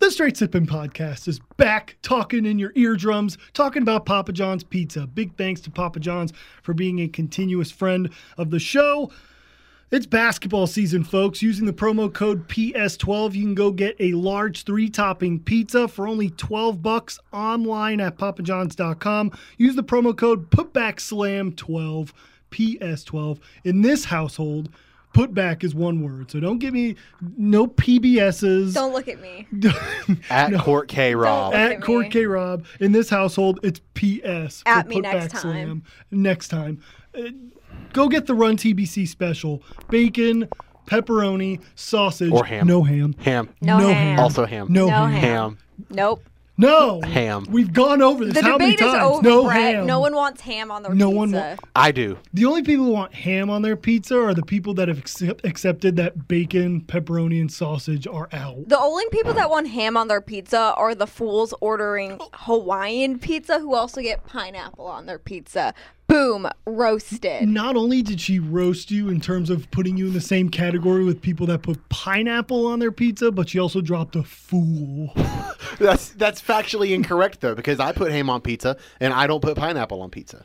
The Straight Sippin' Podcast is back talking in your eardrums, talking about Papa John's pizza. Big thanks to Papa John's for being a continuous friend of the show. It's basketball season, folks. Using the promo code PS12, you can go get a large three-topping pizza for only 12 bucks online at papajohns.com. Use the promo code putbackslam12 PS12. In this household, putback is one word. So don't give me no PBSs. Don't look at me. At Court K Rob. Don't- At at Court me. K Rob. In this household, it's PS. for At me Put Back next time. Slam. Next time. Uh, go get the Run TBC special. Bacon, pepperoni, sausage. Or ham. No ham. Ham. No ham. Also ham. No, No ham. ham. Ham. Nope. No. Ham. We've gone over this The how many debate is times? over, no Brett. ham. No one wants ham on their No pizza. one wa- I do. the only people who want ham on their pizza are the people that have accept- accepted that bacon, pepperoni, and sausage are out. the only people that want ham on their pizza are the fools ordering Hawaiian pizza who also get pineapple on their pizza. Boom, roasted. Not only did she roast you in terms of putting you in the same category with people that put pineapple on their pizza, but she also dropped a fool. That's that's factually incorrect though, because I put ham on pizza and I don't put pineapple on pizza.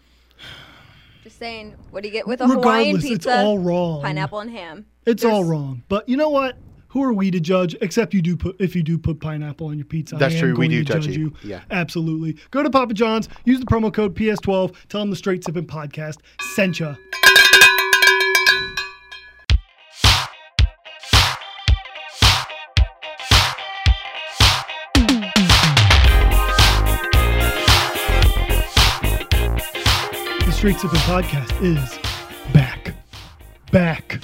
Just saying, what do you get with a Hawaiian Regardless, pizza? it's all wrong. Pineapple and ham. It's all wrong. But you know what? Who are we to judge? Except you do put if you do put pineapple on your pizza. That's I am true, we going do to judge you. Yeah. absolutely. Go to Papa John's. Use the promo code PS12. Tell them the Straight Sippin' Podcast sent ya. The Straight Sippin' Podcast is back, back.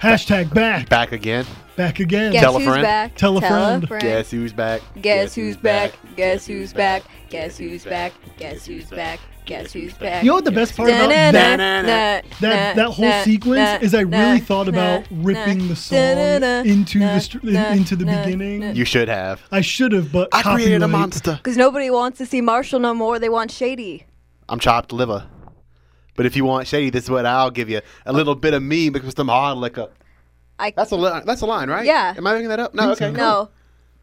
Hashtag back, Back again. back again. Guess Tell a who's friend. back? Tell a friend. Guess who's back? Guess who's back? Guess who's back? Guess who's back? Guess who's back? Guess who's back? You know what the best part about Da-na-na, that? Na-na-na. That, that whole na- sequence na- is I really na- thought about na- ripping na- the song na- into the na- str- na- into the na- beginning. na- You should have. I should have, but I created a copyright- monster. Because nobody wants to see Marshall no more. They want Shady. I'm chopped liver. But if you want shady, this is what I'll give you: a little bit of me mixed with some hard liquor. I That's a li- that's a line, right? Yeah. Am I making that up? No. Okay. cool. no.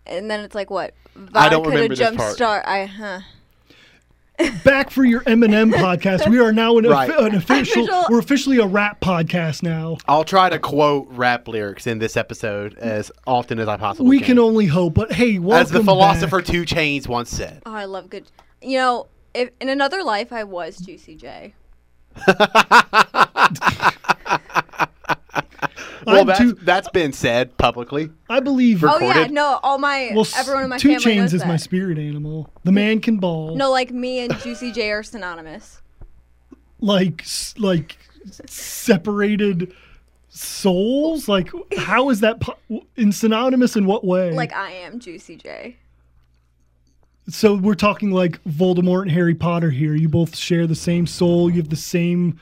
And then it's like what? I don't Vodka to remember this jump part. start. I huh. Back for your Eminem podcast. We are now an, Right. offi- an official, Official- We're officially a rap podcast now. I'll try to quote rap lyrics in this episode as often as I possibly We can. can only hope. But hey, welcome as the philosopher Two Chains once said. Oh, I love good. You know, if in another life I was Juicy J. Well, I'm that's, too- that's been said publicly. I believe. Oh yeah, Recorded? no, all my well, everyone in my two family chains knows is that. my spirit animal. The man can ball. no, like me and Juicy J are synonymous. like s- like separated souls like how is that po- in synonymous in what way Like I am Juicy J. so we're talking like voldemort and harry potter here you both share the same soul you have the same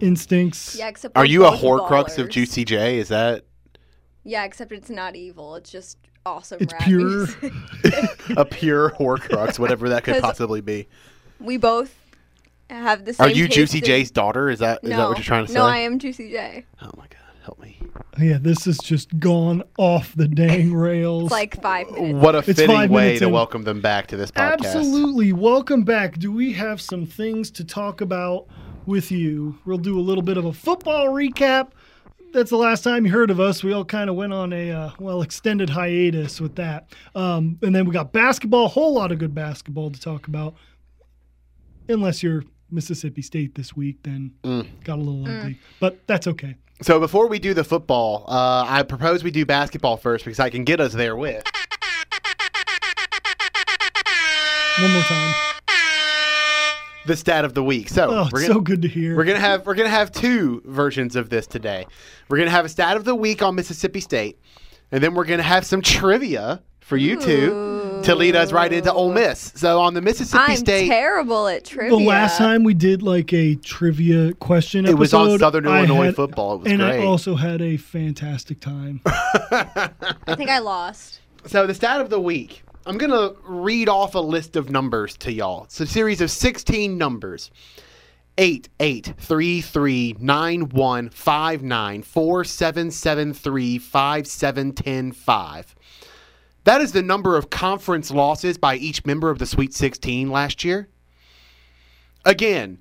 instincts Yeah, except Are we're you a both horcrux of ballers. Juicy J? Is that Yeah, except it's not evil. It's just awesome. it's rap pure music. a pure horcrux, whatever that could 'Cause- possibly be? We both have the same. Are you taste Juicy in- J's daughter? Is that is No. that what you're trying to say? No, I am Juicy J. Oh my god, help me! yeah this has just gone off the dang rails It's like five minutes. What a five fitting way minutes to in. welcome them back to this podcast. Absolutely. Welcome back. Do we have some things to talk about with you? We'll do a little bit of a football recap. That's the last time you heard of us. We all kind of went on a uh, well extended hiatus with that, um, and then we got basketball. A whole lot of good basketball to talk about. Unless you're Mississippi State this week, then Mm. got a little ugly, but that's okay. So before we do the football, uh, I propose we do basketball first because I can get us there with. One more time. the stat of the week. So Oh, we're it's gonna, so good to hear. We're gonna have we're gonna have two versions of this today. We're gonna have a stat of the week on Mississippi State, and then we're gonna have some trivia for you two to lead us right into Ole Miss. So on the Mississippi I'm State, terrible at trivia. The last time we did like a trivia question, It was on episode, Southern I Illinois had- football. It was and I great. also had a fantastic time. I think I lost. so the stat of the week. I'm gonna read off a list of numbers to y'all. It's a series of 16 numbers. Eight eight three three nine one five nine four seven seven three five seven ten five. That is the number of conference losses by each member of the Sweet 16 last year. Again,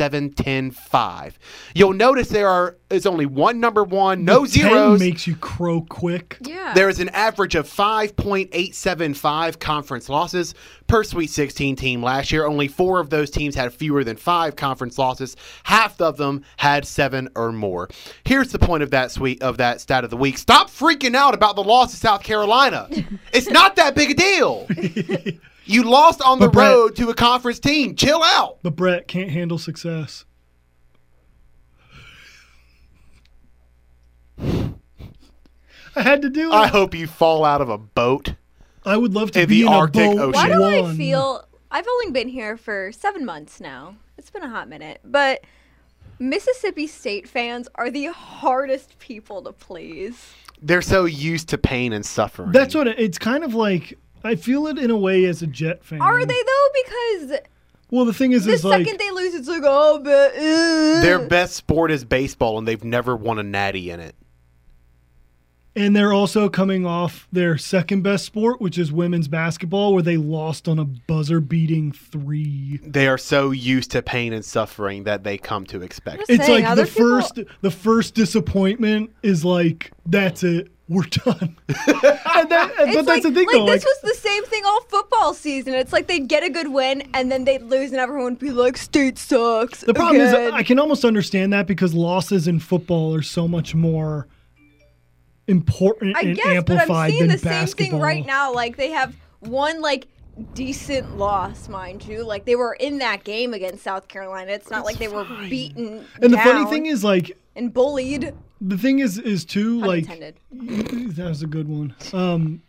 88339159477357105. You'll notice there are is only one number one, no The 10 Oh, zeros. makes you crow quick. Yeah. There is an average of 5.875 conference losses per Sweet 16 team last year. Only four of those teams had fewer than five conference losses. Half of them had seven or more. Here's the point of that sweet of that stat of the week. Stop freaking out about the loss to South Carolina. it's not that big a deal. you lost on the But Brett- road to a conference team. Chill out. But Brett can't handle success. I had to do it. I hope you fall out of a boat. I would love to In be the in Arctic a boat. Ocean. Why do I one. feel I've only been here for seven months now? It's been a hot minute, but Mississippi State fans are the hardest people to please. They're so used to pain and suffering. That's what it, it's kind of like. I feel it in a way as a Jet fan. Are they though? Because Well, the thing is, the Mm. is like second they lose, it's like oh, but uh." Their best sport is baseball, and they've never won a natty in it. And they're also coming off their second best sport, which is women's basketball, where they lost on a buzzer beating three. They are so used to pain and suffering that they come to expect. it. It's Saying like other the people- first the first disappointment is like, that's it. We're done. and that, and- It's but like, that's the thing like, though. like, this was the same thing all football season. It's like they'd get a good win and then they'd lose, and everyone would be like, "State sucks." the problem is again." I can almost understand that because losses in football are so much more important I and guess, but amplified I'm seeing than the basketball. same thing right now. Like they have one like decent loss, mind you. Like they were in that game against South Carolina. It's not like they were beaten And the down funny thing is like and bullied. the thing is is too Pun like intended. That was a good one. Um,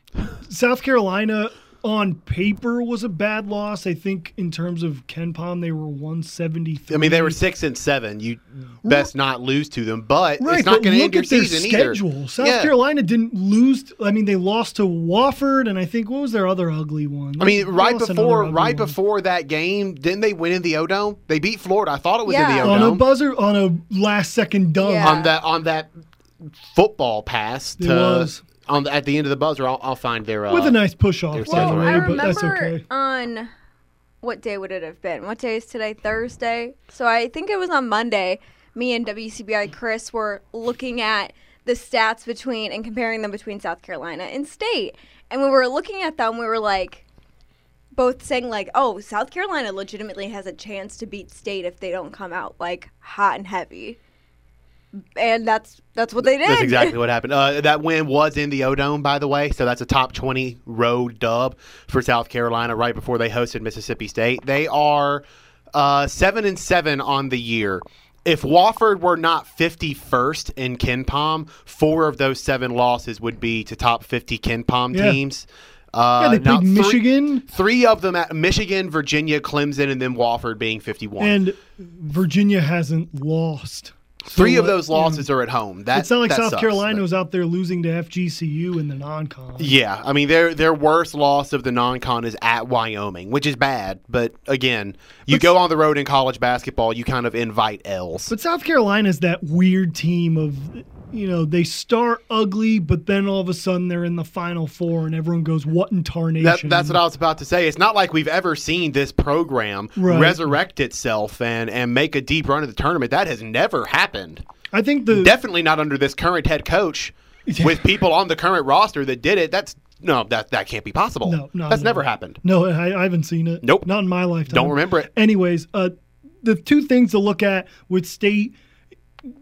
South Carolina on paper was a bad loss. I think in terms of Ken Palm, they were 173. I mean, they were six and seven. You best not lose to them, but it's not but going to look end your at their season schedule. either. South Yeah. Carolina didn't lose. I mean, they lost to Wofford, and I think what was their other ugly one? I mean, They right lost another before ugly right one. before that game, didn't they win in the Odom? They beat Florida. I thought it was in Yeah. the Oh, on a Odom buzzer on a last second dunk. Yeah. on that on that football pass It to was. on the, at the end of the buzzer. I'll, I'll find their uh, With a nice push off, by the schedule. Well, I way, but remember that's okay. on what day would it have been? What day is today? Thursday. So I think it was on Monday. Me and WCBI Chris were looking at the stats between and comparing them between South Carolina and State. And when we were looking at them, we were like both saying like, "Oh, South Carolina legitimately has a chance to beat State if they don't come out like hot and heavy." And that's that's what they did. That's exactly what happened. Uh, that win was in the Odome, by the way. So that's a top 20 road dub for South Carolina right before they hosted Mississippi State. They are uh, 7 and 7 on the year. If Wofford were not 51st in Ken Palm, four of those seven losses would be to top 50 Ken Palm Yeah. teams. Uh, Yeah, they now played three- Michigan Three of them at Michigan, Virginia, Clemson, and then Wofford being 51. and Virginia hasn't lost. So Three of let- those you know, losses are at home. That, It's not like that South sucks. Carolina was out there losing to FGCU in the non-con. Yeah, I mean their their worst loss of the non-con is at Wyoming, which is bad. But again, you go on the road in college basketball, you kind of invite L's. But South Carolina's that weird team of, you know, they start ugly, but then all of a sudden they're in the Final Four, and everyone goes, "What in that, tarnation?" that's what I was about to say. It's not like we've ever seen this program Right. resurrect itself and and make a deep run of the tournament. That has never happened. I, think the Definitely not under this current head coach with people on the current roster that did it. That's no, that that can't be possible. No, no, that's no. never happened. no, I, I haven't seen it. Nope. not in my lifetime. Don't remember it. Anyways, uh, the two things to look at with State,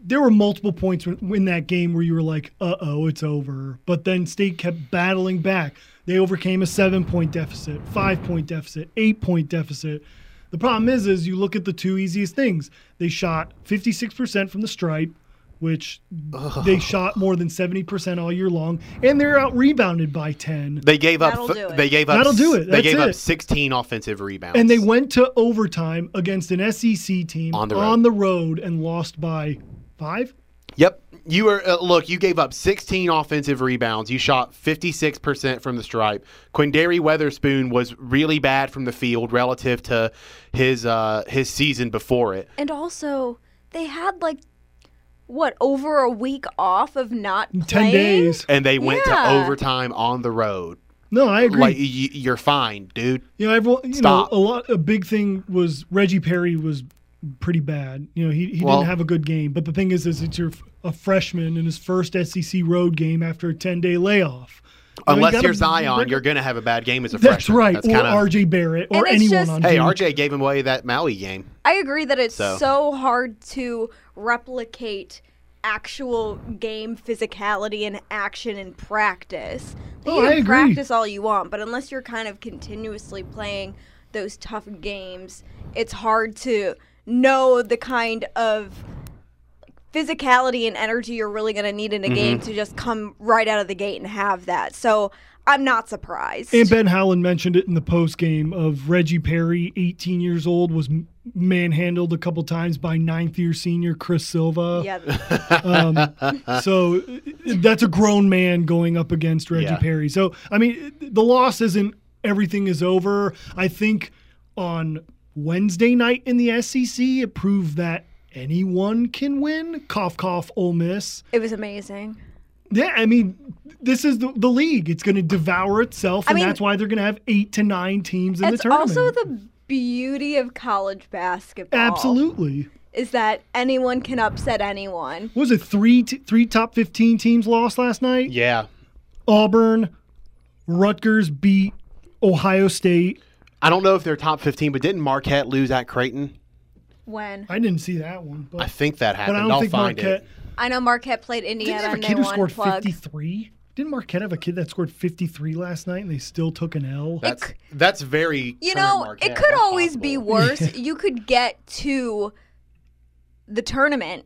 there were multiple points when- in that game where you were like, "Uh oh, it's over," but then State kept battling back. They overcame a seven-point deficit, five-point deficit, eight-point deficit. The problem is, is you look at the two easiest things. They shot 56% from the stripe, which they shot more than 70% all year long, and they're out rebounded by 10. They gave up. That'll th- do it. They gave up. That'll do it. They That's gave up it. 16 offensive rebounds. And they went to overtime against an SEC team On the road. road and lost by five. Yep. You were uh, look. You gave up 16 offensive rebounds. You shot 56 percent from the stripe. Quindary Weatherspoon was really bad from the field relative to his uh, his season before it. And also, they had like what over a week off of not playing? Ten days. and they went to Yeah. overtime on the road. No, I agree. Like y- y- you're fine, dude. you know, everyone. You Stop. know, a lot. A big thing was Reggie Perry was pretty bad. You know, he, he Well- didn't have a good game. But the thing is, is it's your a freshman in his first SEC road game after a ten day layoff. You know, you Unless gotta you're Zion, break- you're gonna have a bad game as a That's freshman. right, That's or kinda- RJ Barrett, or And it's anyone just- on Hey, team. RJ gave him away that Maui game. I agree that it's So- so. hard to replicate actual game physicality and action in practice. Like, Oh, you I agree. can practice all you want, but unless you're kind of continuously playing those tough games, it's hard to know the kind of physicality and energy you're really going to need in a game to just come right out of the gate and have that. So I'm not surprised. And Ben Howland mentioned it in the post game of Reggie Perry, 18 years old, was m- manhandled a couple times by ninth year senior Chris Silva. yeah, Um, so uh, that's a grown man going up against Reggie Yeah. Perry. So I mean, the loss isn't everything is over. I think on Wednesday night in the SEC, it proved that anyone can win. Cough, cough, Ole Miss. it was amazing. Yeah, I mean, this is the, the league. It's going to devour itself, I and mean- that's why they're going to have eight to nine teams in It's the tournament. also the beauty of college basketball. Absolutely. Is that anyone can upset anyone. What was it three t- three top fifteen teams lost last night? Yeah, Auburn, Rutgers beat Ohio State. I don't know if they're top 15, but didn't Marquette lose at Creighton? When I didn't see that one, I but think that happened. but I don't will think find Marquette it. I know Marquette played Indiana didn't they have a and they kid who won scored plug. fifty three. Didn't Marquette have a kid that scored fifty three last night and they still took an L? That's that's very. You current know, Marquette. it could That's always be possible. worse. you could get to the tournament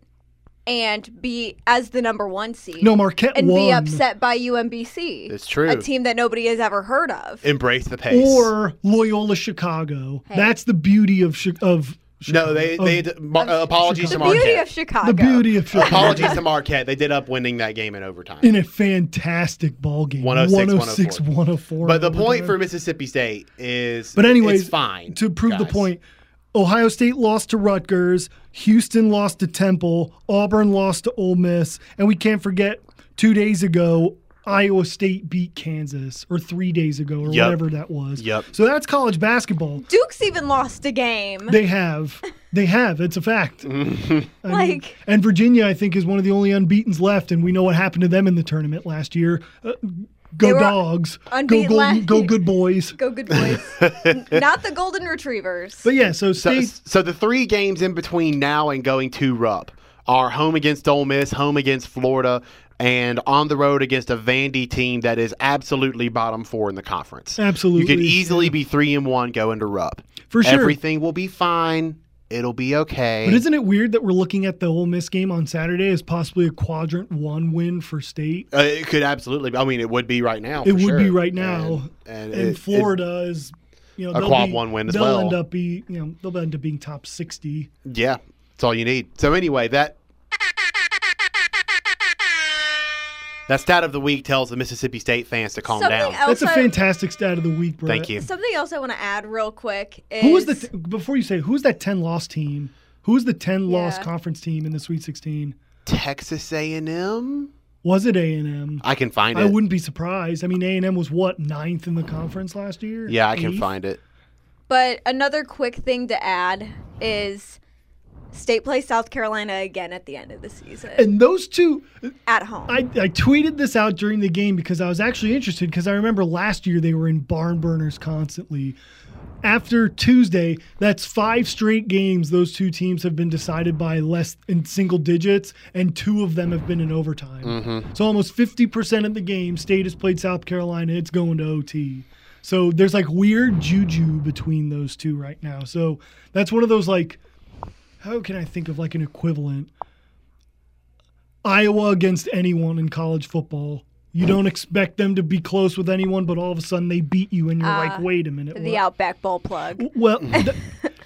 and be as the number one seed. no, Marquette and won. be upset by UMBC. It's true. A team that nobody has ever heard of. Embrace the pace. Or Loyola Chicago. Hey. That's the beauty of Chi- of no, they of- they d- mar- Of- apologies the to beauty Marquette. of Chicago. the beauty of Chicago. apologies to Marquette. They did up winning that game in overtime. in a fantastic oh ball game. 106, 104. but the point overtime. for Mississippi State is. But anyways, it's fine to prove the guys. point, Ohio State lost to Rutgers, Houston lost to Temple, Auburn lost to Ole Miss, and we can't forget two days ago Iowa State beat Kansas, or three days ago, or Yep. whatever that was. Yep. So that's college basketball. Duke's even lost a game. They have, they have. It's a fact. Mm-hmm. I mean, like and Virginia, I think, is one of the only unbeaten's left, and we know what happened to them in the tournament last year. Uh, They go were dogs, go unbeaten golden, last go year. good boys. Go good boys. N- Not the golden retrievers. But yeah, so So, state so the three games in between now and going to Rupp are home against Ole Miss, home against Florida, and on the road against a Vandy team that is absolutely bottom four in the conference. You absolutely could easily be three and one going to Rupp. for sure. Everything will be fine. It'll be okay. But isn't it weird that we're looking at the Ole Miss game on Saturday as possibly a quadrant one win for state? uh, it could absolutely. be- I mean, it would be right now. It for would sure. be right now. And, and And it- it- Florida is, you know, A they'll quad be- one win as they'll well. end up be, you know, they'll end up being top sixty. yeah, that's all you need. So anyway, that that stat of the week tells the Mississippi State fans to calm Something down. else That's a I- fantastic stat of the week, Brett. Thank you. Something else I want to add real quick is Who was the th- before you say who's that ten loss team? Who's the ten loss Yeah. conference team in the Sweet Sixteen? Texas A&M. Was it A and M? I can find I it. wouldn't be surprised. I mean, A and M was what ninth in the conference last year. yeah, I can Eighth? find it. but another quick thing to add is state plays South Carolina again at the end of the season And those two, at home. I, I tweeted this out during the game because I was actually interested because I remember last year they were in barn burners constantly. After Tuesday, that's five straight games those two teams have been decided by less in single digits, and two of them have been in overtime. So almost 50% of the game, State has played South Carolina. It's going to OT. So there's like weird juju between those two right now. So that's one of those like, how can I think of like an equivalent? Iowa against anyone in college football. You don't expect them to be close with anyone, but all of a sudden they beat you, and you're like, wait a minute. Uh, the what- Outback Bowl plug. well, th-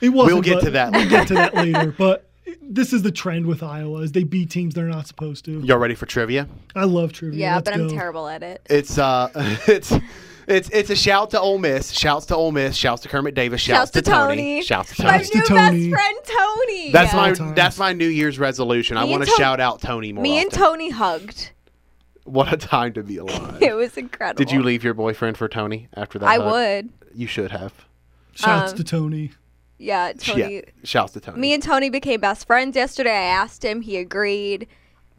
it wasn't. We'll get but to that We'll later. get to that later. But this is the trend with Iowa: is they beat teams they're not supposed to. Y'all ready for trivia? I love trivia. Yeah, Let's but I'm go. terrible at it. It's uh, it's It's it's a shout to Ole Miss, shouts to Ole Miss, shouts to Kermit Davis, Shouts shouts, to Tony, Tony. shouts to My Tony. Shouts to new Tony. best friend Tony. That's my Tony. that's my New Year's resolution. I Me want and to Tony- shout out Tony more. Me and often. Tony hugged. What a time to be alive. It was incredible. Did you leave your boyfriend for Tony after that? I hug? would. You should have. Shouts Um, to Tony. Yeah, Tony. Yeah. Shouts to Tony. Me and Tony became best friends yesterday. I asked him. He agreed.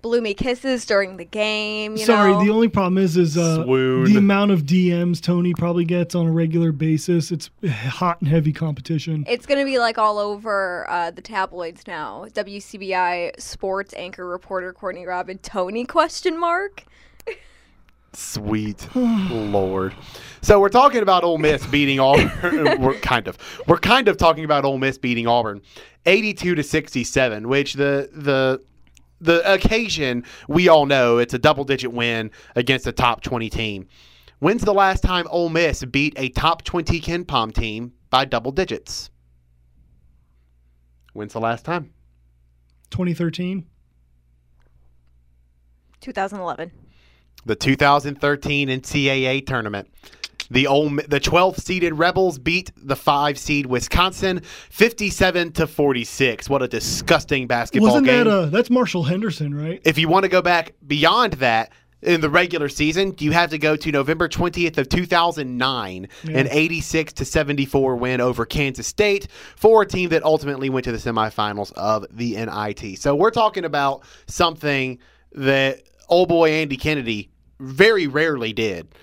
Blew me kisses during the game. You Sorry, know? the only problem is is uh, Swoon. the amount of DMs Tony probably gets on a regular basis. It's hot and heavy competition. It's going to be like all over uh, the tabloids now. WCBI sports anchor reporter Courtney Robin Tony question mark. Sweet lord. So we're talking about Ole Miss beating Auburn. we're kind of. We're kind of talking about Ole Miss beating Auburn, eighty-two to sixty-seven. Which the the the occasion we all know it's a double-digit win against a top twenty team. When's the last time Ole Miss beat a top twenty Ken Palm team by double digits? When's the last time? 2013. 2011. the 2013 NCAA tournament. The Ole, Mi- the 12 seeded Rebels beat the 5 seed Wisconsin 57 to 46. What a disgusting basketball Wasn't game. that uh that's Marshall Henderson, right? if you want to go back beyond that in the regular season, you have to go to November 20th of 2009, Yeah. an 86 to 74 win over Kansas State for a team that ultimately went to the semifinals of the NIT. So we're talking about something that old boy Andy Kennedy very rarely did,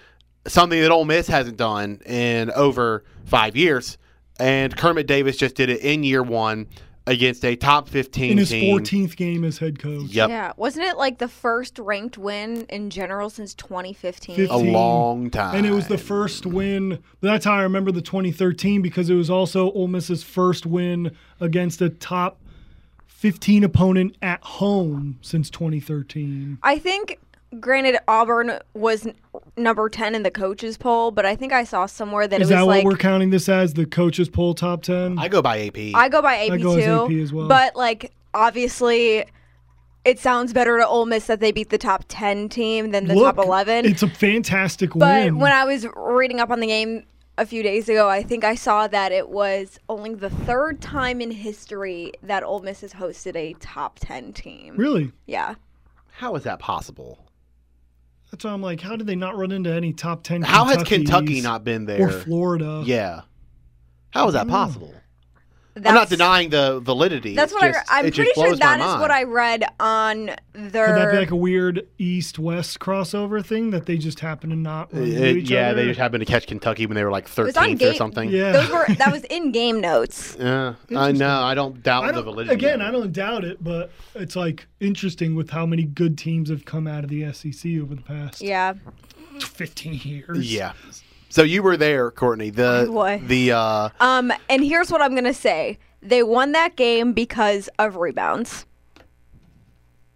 something that Ole Miss hasn't done in over five years, and Kermit Davis just did it in year one against a top 15 In his team. 14th game as head coach. Yep. Yeah, wasn't it like the first ranked win in general since 2015? a 15. long time. And it was the first win. That's how I remember the 2013 because it was also Ole Miss's first win against a top 15 opponent at home since 2013. I think, granted, Auburn was n- number 10 in the coaches poll, but I think I saw somewhere that Is it was that like what we're counting this as? The coaches poll top 10? I go by AP. I go by AP I go as too, AP as well. but like obviously. It sounds better to Ole Miss that they beat the top ten team than the Look, top eleven. It's a fantastic But win. when I was reading up on the game a few days ago, I think I saw that it was only the third time in history that Ole Miss has hosted a top 10 team. really? Yeah. How is that possible? That's why I'm like, how did they not run into any top 10 How has Kentucky Kentuckys not been there? Or Florida. Yeah. How is that Mm. possible? That's, I'm not denying the validity. That's It's what just- I, I'm it just pretty sure blows my that is mind. what I read on their. Could that be like a weird east-west crossover thing that they just happen to not run into It- each yeah, other? they just happened to catch Kentucky when they were like was 13th or on Ga- something. Yeah. those were that was in game notes. Yeah, I know. I don't doubt I the don't, validity. again, of I it. don't doubt it, but it's like interesting with how many good teams have come out of the SEC over the past Yeah. 15 years. Yeah. So you were there, Courtney. The I was. the uh, Um. And here's what I'm gonna say: They won that game because of rebounds.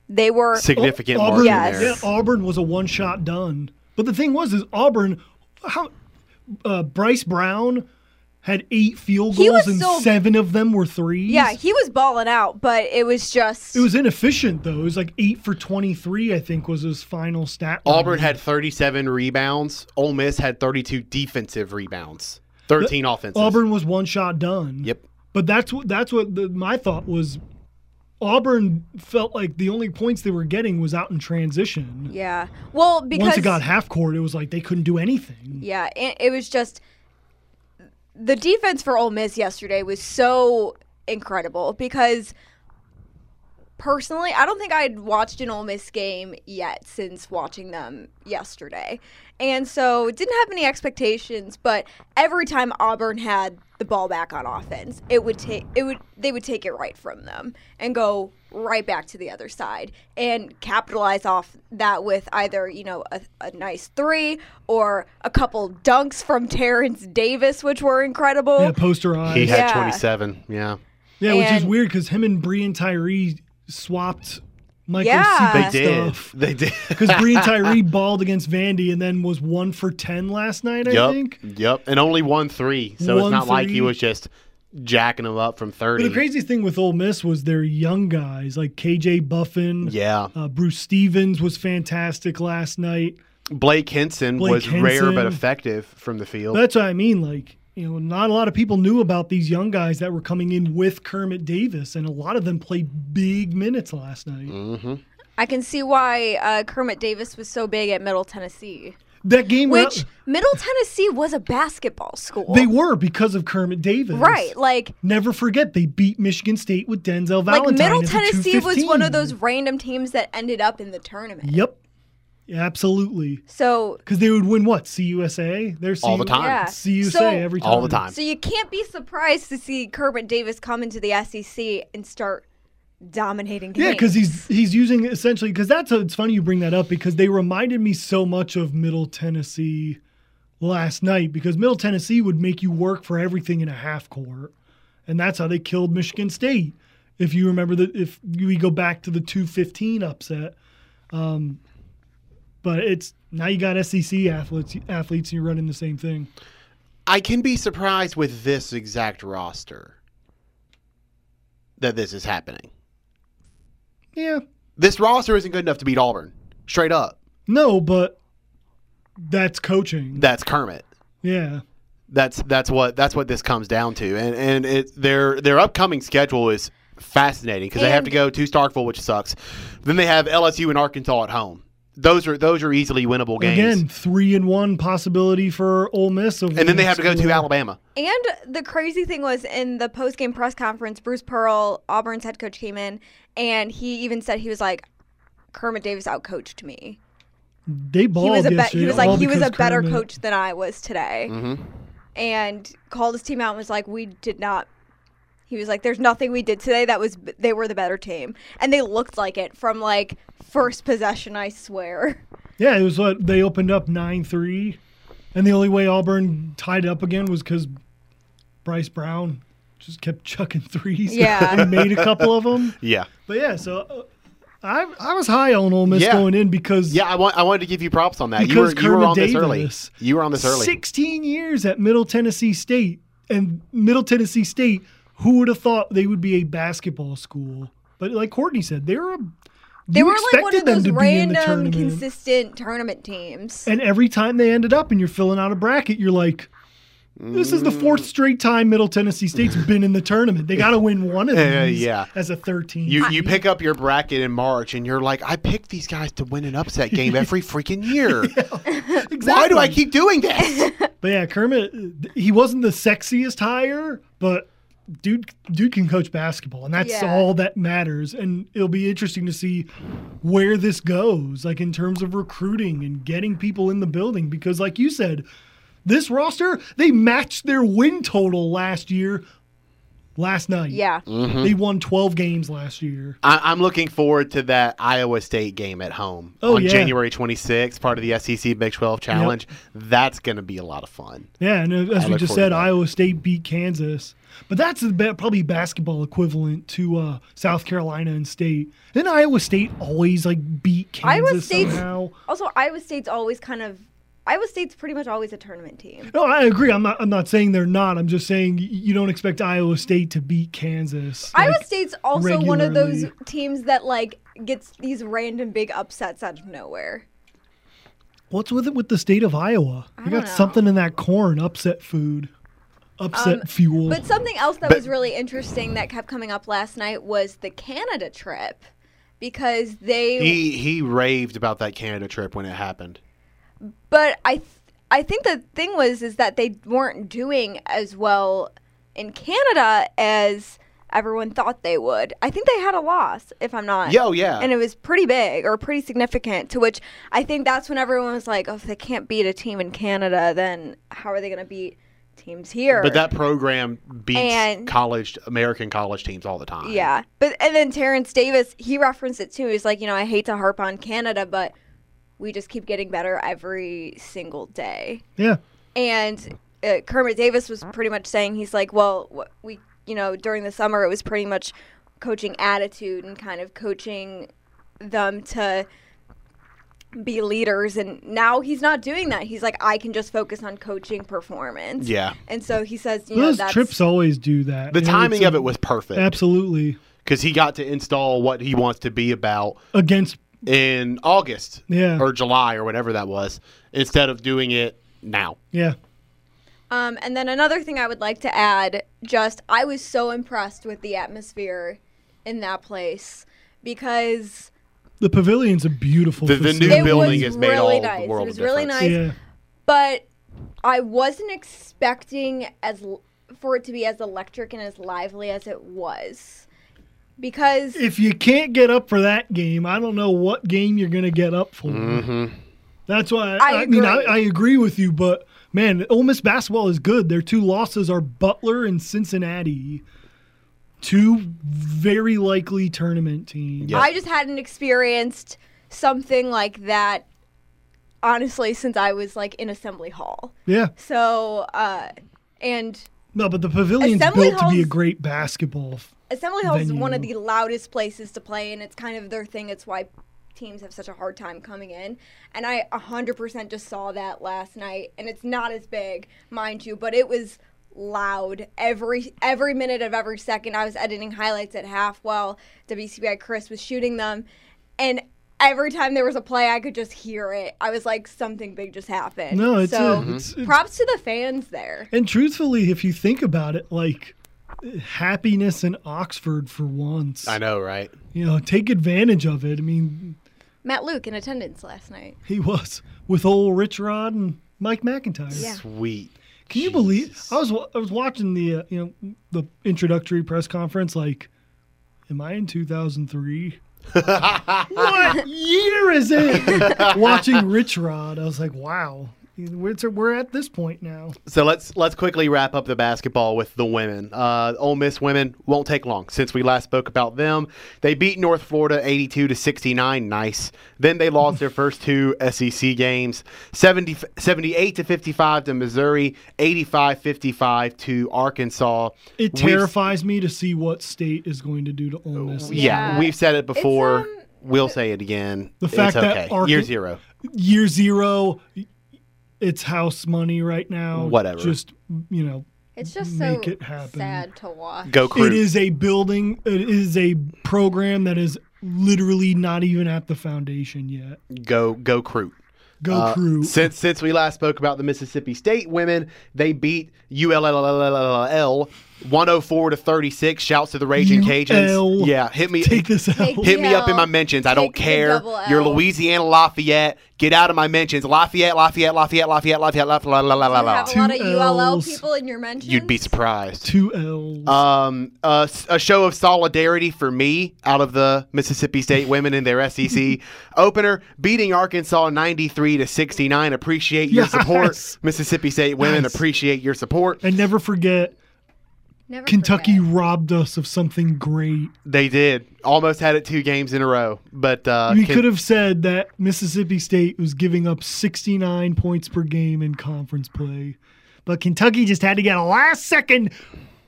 They were significant Auburn, margin Yes. there. yeah, Auburn was a one-shot done. But the thing was, is Auburn, how uh, Bryce Brown had eight field He was goals and so- seven of them were threes. Yeah, he was balling out, but it was just It was inefficient though. It was like eight for twenty-three. I think was his final stat. line. Auburn had 37 rebounds. Ole Miss had 32 defensive rebounds. 13 offenses. Auburn was one shot done. Yep. But that's what that's what the, my thought was. Auburn felt like the only points they were getting was out in transition. yeah. Well, because Once it got half court, it was like they couldn't do anything. yeah, it, it was just the defense for Ole Miss yesterday was so incredible because personally, I don't think I'd watched an Ole Miss game yet since watching them yesterday. And so didn't have any expectations, but every time Auburn had the ball back on offense, it would take it would they would take it right from them and go right back to the other side and capitalize off that with either, you know, a, a nice three or a couple dunks from Terrence Davis, which were incredible. Yeah, poster eyes. He Yeah, had Yeah. 27. Yeah. which is And- weird because him and Brian Tyree swapped Michael Yeah. Secret They stuff. They did. Because Brian Tyree balled against Vandy and then was one for ten last night. I yep. think. Yep. And only one three. So One it's not like three. he was just jacking them up from 30. But the craziest thing with Ole Miss was their young guys like KJ Buffin. yeah. Uh, Bruce Stevens was fantastic last night. Blake Henson Blake was rare but Henson. effective from the field. That's what I mean. Like, you know, not a lot of people knew about these young guys that were coming in with Kermit Davis, and a lot of them played big minutes last night. Mm. I can see why uh, Kermit Davis was so big at Middle Tennessee, That game, went which out- Middle Tennessee was a basketball school. they were because of Kermit Davis. right, like Never forget they beat Michigan State with Denzel Valentine. like Middle as a Tennessee was 215. one of those random teams that ended up in the tournament. Yep, absolutely. So Because they would win what CUSA? They're All the time. yeah, CUSA so, every time. All the time. So you can't be surprised to see Kermit Davis come into the SEC and start dominating. Yeah, games. because he's he's using essentially because that's it's funny you bring that up because they reminded me so much of Middle Tennessee last night because Middle Tennessee would make you work for everything in a half court, and that's how they killed Michigan State. If you remember that, if we go back to the two fifteen upset, um, but it's now you got SEC athletes athletes and you're running the same thing. I can be surprised with this exact roster that this is happening. Yeah, This roster isn't good enough to beat Auburn. Straight up. no, but that's coaching. That's Kermit. Yeah. That's that's what that's what this comes down to. And and it their their upcoming schedule is fascinating because they have And- to go to Starkville, which sucks. Then they have LSU and Arkansas at home. Those are those are easily winnable games. Again, three and one possibility for Ole Miss. Of and then they have to go to scoring. Alabama. And the crazy thing was in the post game press conference, Bruce Pearl, Auburn's head coach, came in and he even said he was like, Kermit Davis outcoached me. They balled He was a be- yesterday. he was like all he was a because better Kermit- coach than I was today, and called his team out and was like, we did not. He was like, there's nothing we did today that was they were the better team, and they looked like it from like first possession. I swear. Yeah, it was what they opened up nine three, and the only way Auburn tied it up again was because Bryce Brown just kept chucking threes. Yeah. and made a couple of them. Yeah. But yeah, so uh, I I was high on Ole Miss Yeah. going in because Yeah, I want I wanted to give you props on that. you Because were you were Kermit on this early. Davis- You were on this early. 16 years at Middle Tennessee State. And Middle Tennessee State, who would have thought they would be a basketball school? But like Courtney said, they were a. They you were like one expected of them to those be in the random, tournament. consistent tournament teams. and every time they ended up and you're filling out a bracket, you're like, this is the Mm. fourth straight time Middle Tennessee State's been in the tournament. They got to win one of these Yeah, yeah. as a 13. You you pick up your bracket in March and you're like, I picked these guys to win an upset game every freaking year. Why do I keep doing this? But yeah, Kermit, he wasn't the sexiest hire, but dude, dude can coach basketball, and that's Yeah. all that matters. And it'll be interesting to see where this goes, like in terms of recruiting and getting people in the building, because like you said, this roster they matched their win total last year. Last night, yeah. they won twelve games last year. I, I'm looking forward to that Iowa State game at home Oh, on yeah. January 26th, part of the SEC Big 12 Challenge. That's going to be a lot of fun. Yeah, and uh, as I we just look forward to said, that. Iowa State beat Kansas, but that's the ba- probably basketball equivalent to uh, South Carolina and State. And Iowa State always like beat Kansas Iowa State's- somehow. Also, Iowa State's always kind of Iowa State's pretty much always a tournament team. No, I agree. I'm not. I'm not saying they're not. I'm just saying y- you don't expect Iowa State to beat Kansas. Iowa like- State's also one of those regularly. teams that like gets these random big upsets out of nowhere. what's with it with the state of Iowa? You got don't know. something in that corn. Upset food. Upset fuel. Um, But something else that But- was really interesting that kept coming up last night was the Canada trip because they He he raved about that Canada trip when it happened. but I th- I think the thing was is that they weren't doing as well in Canada as everyone thought they would. I think they had a loss, if I'm not. Yo, yeah. And it was pretty big or pretty significant. To which I think that's when everyone was like, "Oh, if they can't beat a team in Canada, then how are they going to beat teams here?" But that program beats And- college American college teams all the time. Yeah. But and then Terrence Davis, he referenced it too. He's like, you know, I hate to harp on Canada, but we just keep getting better every single day. yeah. And uh, Kermit Davis was pretty much saying he's like, well, wh- we, you know, during the summer it was pretty much coaching attitude and kind of coaching them to be leaders and now he's not doing that. He's like I can just focus on coaching performance. Yeah. And so he says, you know, Those that's trips always do that. The You know, timing it's a- of it was perfect absolutely because he got to install what he wants to be about against in August Yeah. or July or whatever that was instead of doing it now. Yeah. Um, and then another thing I would like to add, just I was so impressed with the atmosphere in that place because The pavilion's a beautiful The- the new facility. it building was has made really all the nice. world it of was really difference. nice, Yeah. but I wasn't expecting as l- for it to be as electric and as lively as it was because If you can't get up for that game, I don't know what game you're going to get up for. Mm-hmm. That's why I, I mean I, agree. I agree with you, but man, Ole Miss basketball is good. Their two losses are Butler and Cincinnati, two very likely tournament teams. Yeah. I just hadn't experienced something like that honestly since I was like in assembly hall. Yeah. So uh and No, but the pavilion's Assembly built to be a Hall's- great basketball. f- Assembly Hall is one of venue. the loudest places to play, and it's kind of their thing. It's why teams have such a hard time coming in. And I 100% just saw that last night, and it's not as big, mind you, but it was loud every every minute of every second. I was editing highlights at half while WCBI Chris was shooting them, and every time there was a play, I could just hear it. I was like, something big just happened. No, it's, so. a, it's, it's Props to the fans there. And truthfully, if you think about it, like happiness in Oxford for once. I know, right? You know, take advantage of it. I mean, Matt Luke in attendance last night. he was with old Rich Rod and Mike McIntyre. Yeah. Sweet. Can you believe? Jesus. I was wa- I was watching the uh, you know the introductory press conference. Like, am I in 2003? what year is it? watching Rich Rod, I was like, wow, we're, we're at this point now. So let's let's quickly wrap up the basketball with the women. Uh, Ole Miss women won't take long since we last spoke about them. They beat North Florida 82 to 69. Nice. Then they lost their first two SEC games 70, 78 to 55 to Missouri, 85 55 to Arkansas. It We've- terrifies me to see what state is going to do to Ole Miss. Oh, yeah, Yeah. we've said it before. um, we'll say it again. The fact it's that okay. Arkan- Year zero. year zero it's house money right now Whatever. just you know It's just Make so it happen. sad to watch. Go crew. it is a building it is a program that is literally not even at the foundation yet Go go crew. go Uh, crew Since since we last spoke about the Mississippi State women, they beat ULLL 104 to 36. Shouts to the Raging Cajuns. UL. Yeah, hit me take this out Take- hit me up in my UL. mentions. I Take don't the care. double L. You're Louisiana Lafayette. Get out of my mentions. Lafayette, Lafayette, Lafayette, Lafayette, Lafayette, Lafayette, la la la la you have la. a lot of Two ULL Ls. people in your mentions. You'd be surprised. two l's Um, a, s- a show of solidarity for me out of the Mississippi State women in their SEC opener, beating Arkansas 93 to 69. Appreciate your support, Yes. Mississippi State women. Nice. Appreciate your support. and never forget Never kentucky forget. robbed us of something great They did almost had it two games in a row, but uh, we Ken- could have said that mississippi state was giving up 69 points per game in conference play but kentucky just had to get a last second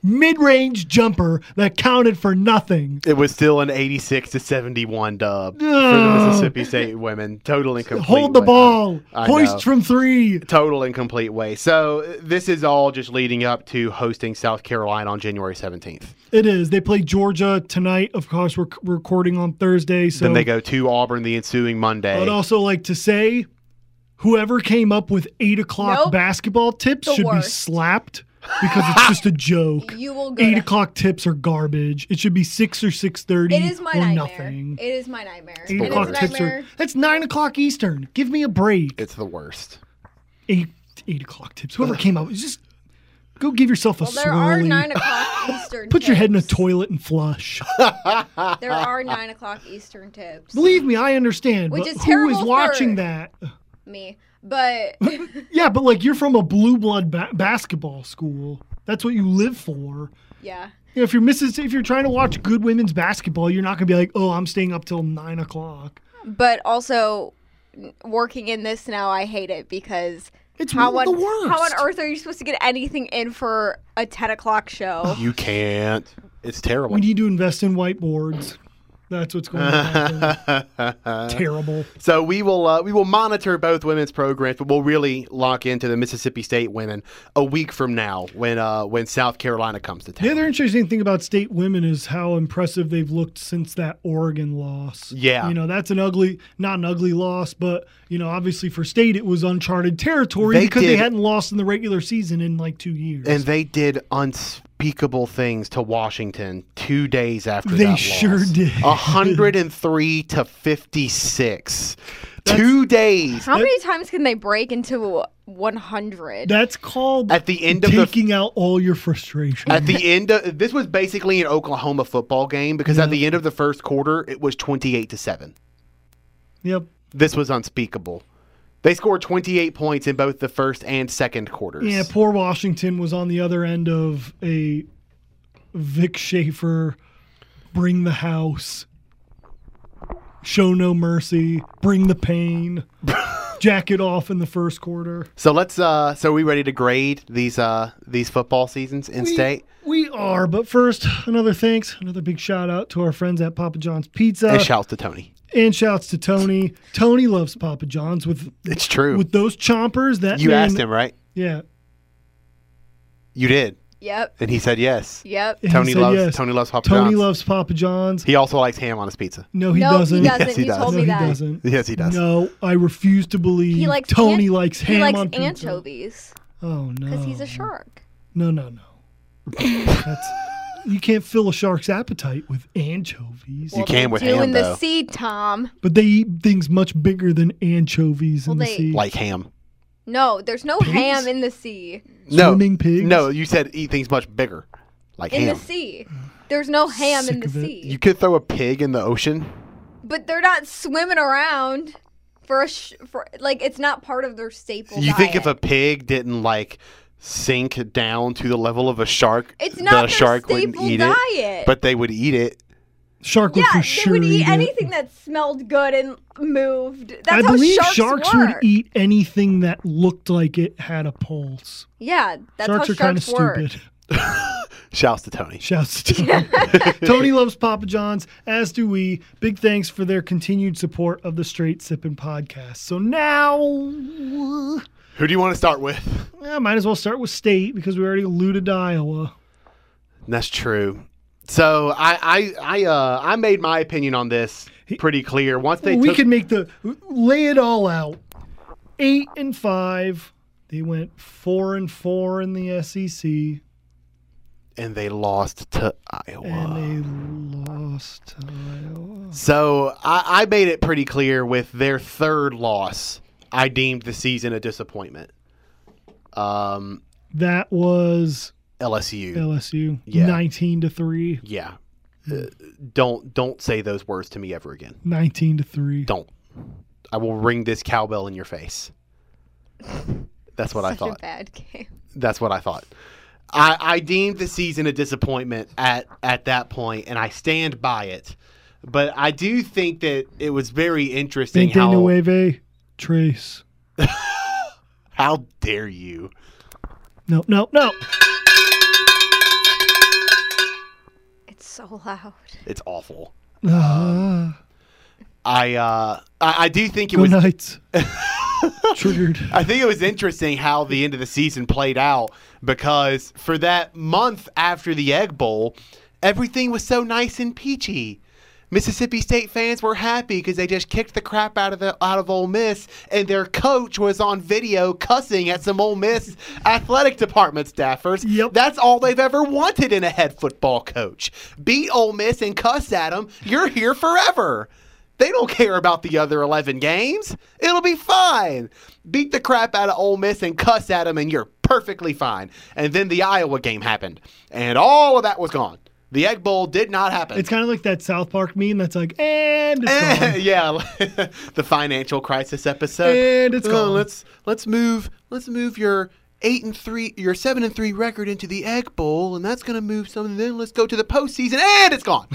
mid-range jumper that counted for nothing it was still an 86 to 71 dub for the Ugh. Mississippi State women. Total and complete. Hold the way. ball. I know. Hoist from three. Total and complete way. So this is all just leading up to hosting South Carolina on January 17th. It is. They play Georgia tonight. Of course, we're c- recording on Thursday. So then they go to Auburn the ensuing Monday. I'd also like to say whoever came up with eight o'clock Nope. basketball tips The should be worst. slapped because it's just a joke. You will go. Eight to- o'clock tips are garbage. It should be six or six thirty. It is my or nightmare. nothing. It is my nightmare. Eight the and o'clock it's worst. a tips nightmare. are that's nine o'clock Eastern. Give me a break. It's the worst. Eight eight o'clock tips. Whoever came up, just go give yourself a Well, there are swirly. nine o'clock Eastern. Put your head in a tips. toilet and flush. There are nine o'clock Eastern tips. Believe me, I understand. Which but is who is terrible watching for- that? Me, but Yeah, but like you're from a blue blood ba- basketball school. That's what you live for. yeah, You know, if you're Mississippi, if you're trying to watch good women's basketball, you're not gonna be like, oh, I'm staying up till nine o'clock. but also n- working in this now, I hate it because. It's How one on, of the worst. how on earth are you supposed to get anything in for a 10 o'clock show? You can't. It's terrible. We need to invest in whiteboards. That's what's going on. Terrible. So we will uh, we will monitor both women's programs, but we'll really lock into the Mississippi State women a week from now when uh, when South Carolina comes to town. The other interesting thing about state women is how impressive they've looked since that Oregon loss. Yeah. You know, that's an ugly, not an ugly loss, but, you know, obviously for state, it was uncharted territory They because they did- hadn't lost in the regular season in like two years. and they did unspeakable things to Washington two days after They that sure loss. did. 103 to 56. two days How many times can they break into 100? that's called at the end of the taking out all your frustration. At the end of this was basically an Oklahoma football game because at the end of the first quarter it was 28 to 7. yep. This was unspeakable. They scored 28 points in both the first and second quarters. Yeah, poor Washington was on the other end of a Vic Schaefer, bring the house, show no mercy, bring the pain, jack it off in the first quarter. So let's uh so are we ready to grade these uh these football seasons in state? We are, but first, another thanks, another big shout out to our friends at Papa John's Pizza. and shouts to Tony. and shouts to Tony. Tony loves Papa John's with It's true. with those chompers that you man- asked him, right? Yeah. You did. Yep. And he said yes. Yep. And he Tony said loves yes. Tony loves Papa Tony John's. loves Papa John's. he also likes ham on his pizza. No, he no, doesn't. he doesn't. Yes, he you does. told no, me he that. doesn't. Yes, he does. No, I refuse to believe He likes Tony ant- likes ham He likes on pizza. anchovies Oh no, because he's a shark. No, no, no. That's you can't fill a shark's appetite with anchovies. You can with Doing ham the though. sea, Tom. but they eat things much bigger than anchovies Well, in the they- sea. Like ham. No, there's no Pigs? ham in the sea. No. Swimming pigs? No, you said eat things much bigger. Like In ham. the sea. There's no ham in Sick the of it. sea. You could throw a pig in the ocean. But they're not swimming around for a sh- for like it's not part of their staple. you think if a diet. pig didn't like sink down to the level of a shark, it's not the their shark wouldn't staple eat diet. it, but they would eat it. Shark yeah, would for they sure would eat it. anything that smelled good and moved. That's I how believe sharks, would work. eat anything that looked like it had a pulse. Yeah, that's sharks how are kind of sharks work. stupid. Shouts to Tony. Shouts to Tony. Tony loves Papa John's, as do we. Big thanks for their continued support of the Straight Sippin' podcast. So now, uh, Who do you want to start with? I might as well start with state because we already alluded to Iowa. That's true. So I I I uh I made my opinion on this pretty clear. Once they we took, could make the lay it all out. Eight and five. They went four and four in the E SEC, and they lost to Iowa. and they lost to Iowa. So I, I made it pretty clear with their third loss. I deemed the season a disappointment. Um, That was LSU. LSU, Yeah. nineteen to three. Yeah. Uh, don't don't say those words to me ever again. 19 to 3. Don't. I will ring this cowbell in your face. That's what Such I thought. a bad game. That's what I thought. I, I deemed the season a disappointment at at that point, and I stand by it. But I do think that it was very interesting Think they how Nueve, Trace. how dare you. No, no, no. It's so loud. It's awful. Ah, I uh I, I do think it go was Knights. Triggered. I think it was interesting how the end of the season played out because for that month after the Egg Bowl, everything was so nice and peachy. Mississippi State fans were happy because they just kicked the crap out of the out of Ole Miss, and their coach was on video cussing at some Ole Miss athletic department staffers. Yep. that's all they've ever wanted in a head football coach: beat Ole Miss and cuss at them. You're here forever. They don't care about the other 11 games. It'll be fine. Beat the crap out of Ole Miss and cuss at them, and you're perfectly fine. And then the Iowa game happened, and all of that was gone. The Egg Bowl did not happen. It's kind of like that South Park meme that's like, and it's Eh, gone. yeah, the financial crisis episode. And it's Oh, gone. Let's let's move let's move your eight and three your seven and three record into the Egg Bowl, and that's gonna move something. Then let's go to the postseason, and it's gone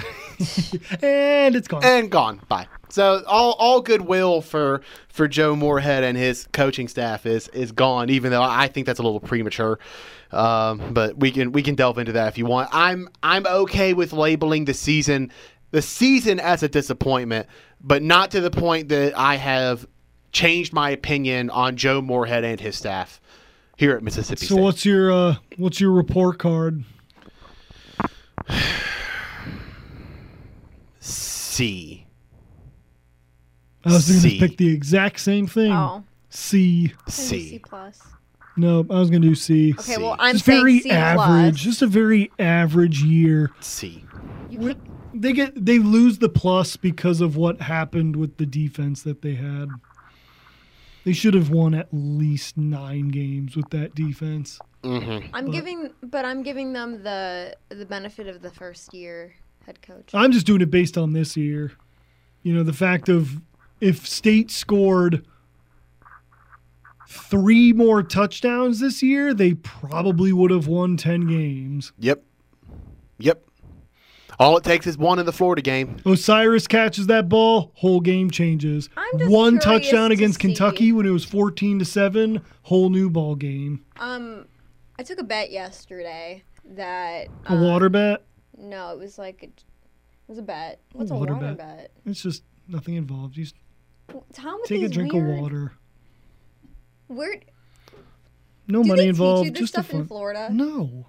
And it's gone. and gone. Bye. So all all goodwill for for Joe Moorhead and his coaching staff is is gone. Even though I think that's a little premature, um, but we can we can delve into that if you want. I'm I'm okay with labeling the season the season as a disappointment, but not to the point that I have changed my opinion on Joe Moorhead and his staff here at Mississippi So State. what's your uh, what's your report card? C. I was going C. to pick the exact same thing. Oh, C. C. C plus. No, I was going to do C. Okay, C. well I'm just saying very C average. plus. Just a very average year. C. You Wh- can't- They get they lose the plus because of what happened with the defense that they had. They should have won at least nine games with that defense. Mm-hmm. I'm but- giving, but I'm giving them the the benefit of the first year head coach. I'm just doing it based on this year. You know, the fact of if State scored three more touchdowns this year, they probably would have won 10 games. Yep. Yep. All it takes is one in the Florida game. Osiris catches that ball, whole game changes. I'm just One curious touchdown to against see- Kentucky when it was 14 to 7, whole new ball game. Um, I took a bet yesterday that A um, water bet, No, it was like a, it was a bet. What's water a water bet. bet? it's just nothing involved. You just Tom with take a these drink weird, of water. Weird. No Do money they involved. teach you this just stuff a fun. in Florida? No.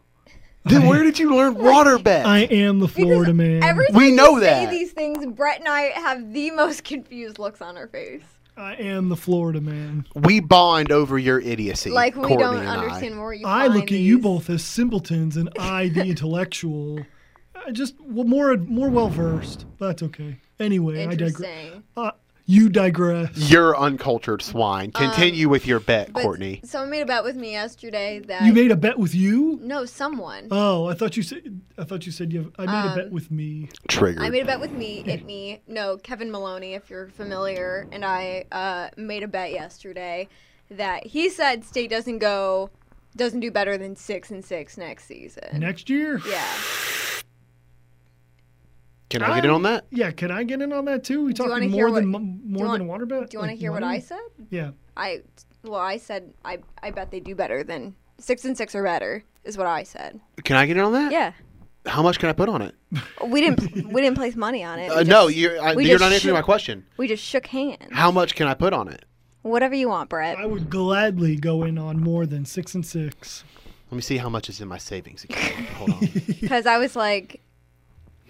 Then I- where did you learn water bet? I am the Because Florida man. Every time We you know say that. these things, Brett and I have the most confused looks on our face. I am the Florida man. we bond over your idiocy. Like we Courtney don't and I. understand where you. I look find at you these. both as simpletons, and I, the intellectual, I just well, more more well versed. That's okay. Anyway, I digress. Interesting. Uh, you digress. You're uncultured swine. Continue with your bet, Um, But Courtney. Someone made a bet with me yesterday that You made a bet with you. no someone. Oh, I thought you said. I thought you said you. Have, I made a bet Um, with me. Triggered. I made a bet with me, it me. No, Kevin Maloney, if you're familiar, and I uh, made a bet yesterday that he said State doesn't go, doesn't do better than six and six next season. Next year. yeah. Can I get in on that? Yeah. Can I get in on that too? We Do you wanna talking hear more than what- mo- more you than a water bet. Do you want to Like hear what I money? said? Yeah. I well, I said I I bet they do better than six and six or better is what I said. Can I get in on that? Yeah. How much can I put on it? We didn't we didn't place money on it. We Uh, no, just- you're, I, we you're just not answering shook- my question. We just shook hands. How much can I put on it? Whatever you want, Brett. I would gladly go in on more than six and six. Let me see how much is in my savings account. Hold on. because I was like,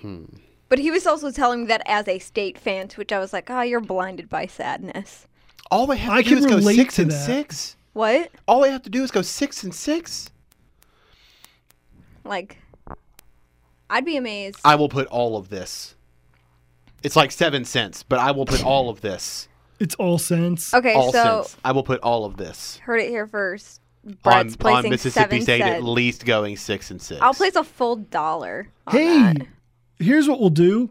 Hmm. but he was also telling me that as a state fan, to which I was like, oh, you're blinded by sadness. All they have to I do can is go relate six to and that. six. What? All they have to do is go six and six. Like, I'd be amazed. I will put all of this. It's like seven cents, but I will put all of this. It's all sense. okay, all so cents. I will put all of this heard it here first. on, Brett's on placing Mississippi seven State at cents. least going six and six. I'll place a full dollar. On Hey, that. here's what we'll do.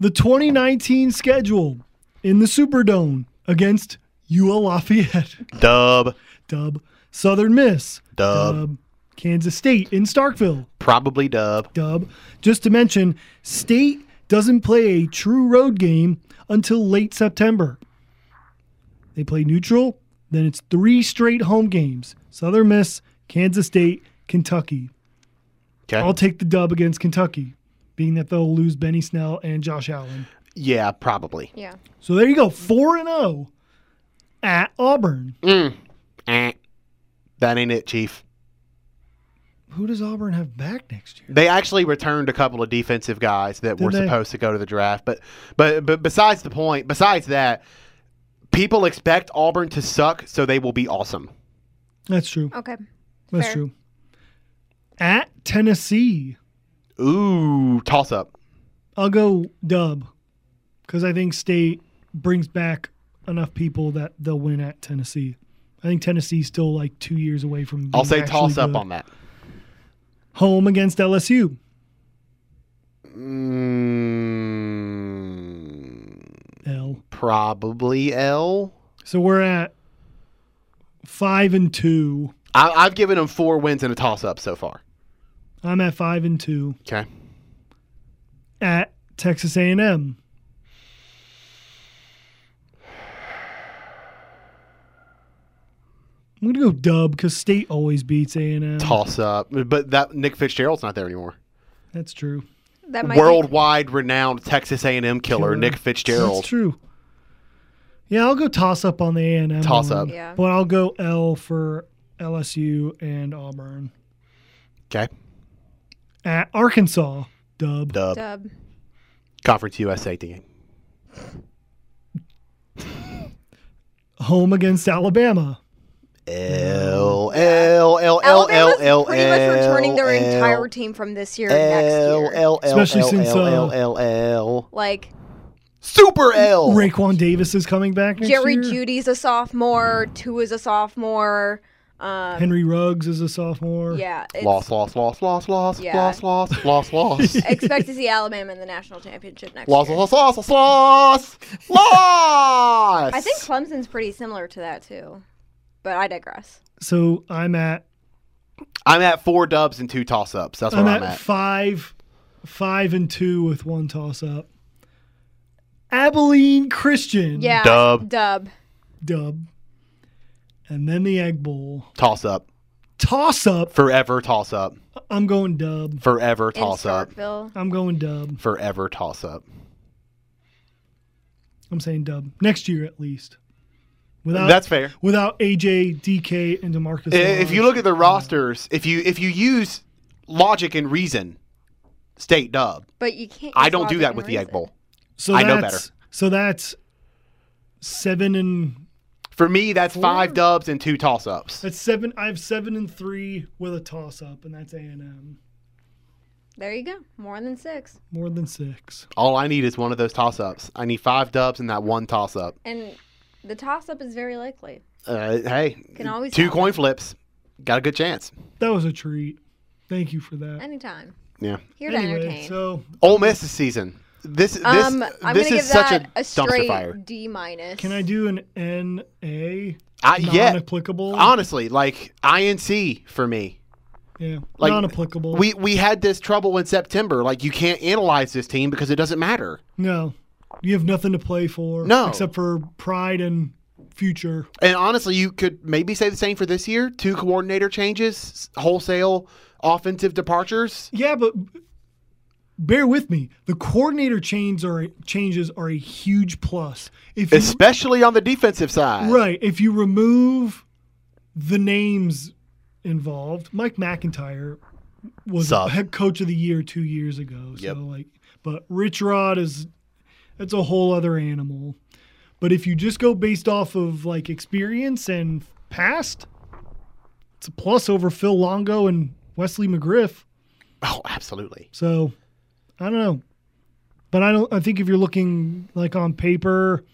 The 2019 schedule in the Superdome against UL Lafayette, dub. dub, Southern Miss, Dub. Kansas State in Starkville, Probably dub. dub. Just to mention, State doesn't play a true road game until late September. They play neutral, then it's three straight home games Southern Miss, Kansas State, Kentucky. Okay. I'll take the dub against Kentucky, being that they'll lose Benny Snell and Josh Allen. yeah, probably. Yeah. So there you go, four and zero at Auburn. Eh. That ain't it, Chief. Who does Auburn have back next year? They actually returned a couple of defensive guys that Did were they? supposed to go to the draft, but but but besides the point, besides that, people expect Auburn to suck, so they will be awesome. That's true. Okay. That's fair. true. At Tennessee, Ooh, toss up. I'll go dub because I think State brings back enough people that they'll win at Tennessee. I think Tennessee's still like two years away from. I'll being say actually toss up good. on that. home against LSU. Mm, L. probably L. So we're at five and two. I, I've given them four wins and a toss up so far. I'm at five and two Okay. at Texas A&M. I'm gonna go dub because state always beats A&M. Toss up, but that Nick Fitzgerald's not there anymore. That's true. That might worldwide renowned Texas A&M killer, Killer. Nick Fitzgerald. That's true. Yeah, I'll go toss up on the A and M. Toss up. Yeah. But I'll go L for LSU and Auburn. Okay. At Arkansas, dub. Be Dub. dub. Conference USA team. Home against Alabama. L L L L L Alabama's L pretty much returning their entire team from this year to L next year. L L Especially L since, L uh, L L L Like Super L. Raquan Davis is coming back next Jerry year. Judy's a sophomore, Two is a sophomore. Um, Henry Ruggs is a sophomore. yeah, it's- Loss, loss, loss, loss, loss, Yeah. loss, loss, loss, loss. expect to see Alabama in the national championship next Loss, year. loss, loss, loss, loss, loss. I think Clemson's pretty similar to that too, but I digress. So I'm at I'm at four dubs and two toss ups. That's where I'm I'm at at. five, five and two with one toss up. Abilene Christian. Yeah, Dub. Dub. Dub. And then the Egg Bowl. Toss up. Toss up. Forever toss up. I'm going dub. Forever in toss up. Starkville. I'm going dub. Forever toss up. I'm saying dub. Next year at least. Without That's fair. without AJ, DK, and Demarcus. I- If you Lawrence. look at the rosters, if you if you use logic and reason, state dub. But you can't. I use don't do logic that and with the egg reason. bowl. so I know that's- better. So that's seven and For me, that's five dubs and two toss ups. that's seven. I have seven and three with a toss up, and that's A and M. There you go. More than six. More than six. All I need is one of those toss ups. I need five dubs and that one toss up. And the toss up is very likely. Uh, hey, Can always two happen. coin flips. Got a good chance. That was a treat. Thank you for that. Anytime. Yeah. Here to Anyway, entertain. so Ole Miss this season. This this um, I'm gonna this is give such that a, dumpster straight fire. D minus. can I do an N A I, Uh, yeah, non-applicable? honestly, like INC for me. yeah, like, non-applicable. We we had this trouble in September. Like you can't analyze this team because it doesn't matter. no, you have nothing to play for. No. except for pride and future. And honestly, you could maybe say the same for this year. Two coordinator changes, wholesale offensive departures. Yeah, but bear with me. The coordinator chains are changes are a huge plus. If you, Especially on the defensive side. right, if you remove the names involved, Mike McIntyre was Sup. head coach of the year two years ago. So Yep. like, but Rich Rod is that's a whole other animal. But if you just go based off of like experience and past, it's a plus over Phil Longo and Wesley McGriff. Oh, absolutely. So I don't know. But I don't I think if you're looking like on paper,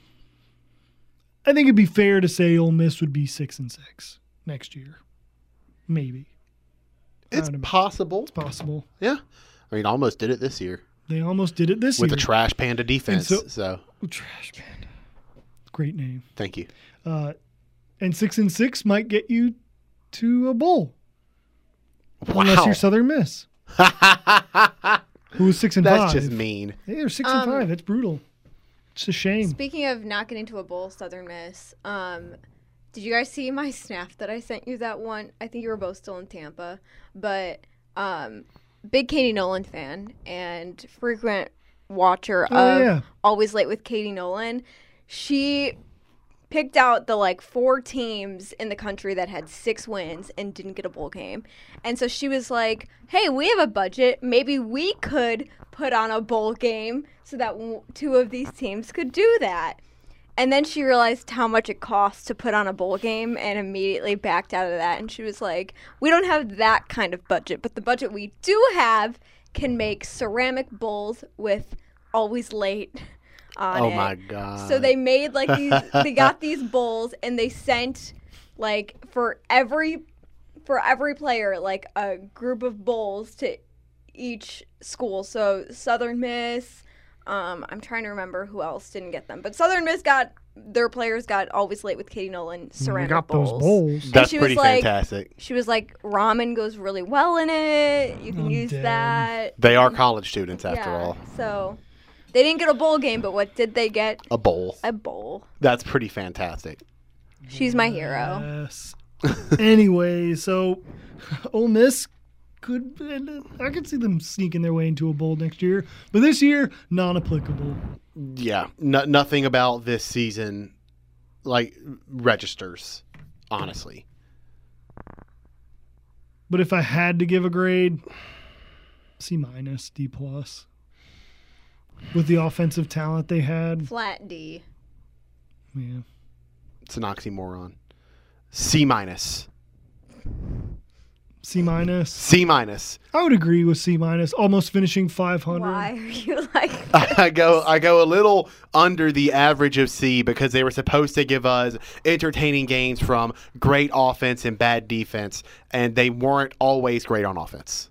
I think it'd be fair to say Ole Miss would be six and six next year. Maybe. It's Proud of me. possible. It's possible. Yeah. I mean, almost did it this year They almost did it this with year. the trash panda defense. So, so- Ooh, trash Panda. Great name. thank you. Uh, and six and six might get you to a bowl. Unless Wow. you're Southern Miss. Who was six and That's five. just mean. Hey, they're six Um, and five. That's brutal. It's a shame. Speaking of not getting to a bowl, Southern Miss. Um, did you guys see my snap that I sent you that one? I think you were both still in Tampa, but um, big Katie Nolan fan and frequent watcher Oh, of yeah. Always Late with Katie Nolan. She picked out the like four teams in the country that had six wins and didn't get a bowl game. And so she was like, "Hey, we have a budget. Maybe we could put on a bowl game so that w- two of these teams could do that." And then she realized how much it costs to put on a bowl game and immediately backed out of that. And she was like, "We don't have that kind of budget, but the budget we do have can make ceramic bowls with always late on Oh it." my god. So they made like these they got these bowls and they sent like for every for every player like a group of bowls to each school. So Southern Miss, um, I'm trying to remember who else didn't get them, but Southern Miss got their players got always late with Katie Nolan We ceramic got bowls. those bowls. That's she was pretty like- fantastic. She was like, ramen goes really well in it. You can I'm use dead. that. They are college students after yeah. all. So they didn't get a bowl game, but what did they get? A bowl. A bowl. That's pretty fantastic. She's my hero. Yes. anyway, so Ole Miss could I could see them sneaking their way into a bowl next year, but this year non-applicable. Yeah, no, nothing about this season like registers, honestly. But if I had to give a grade, C minus, D plus. With the offensive talent they had, Flat D. yeah. It's an oxymoron. C minus. C minus. C minus. I would agree with C minus. Almost finishing 500. Why are you like? I go I go a little under the average of C because they were supposed to give us entertaining games from great offense and bad defense, and they weren't always great on offense.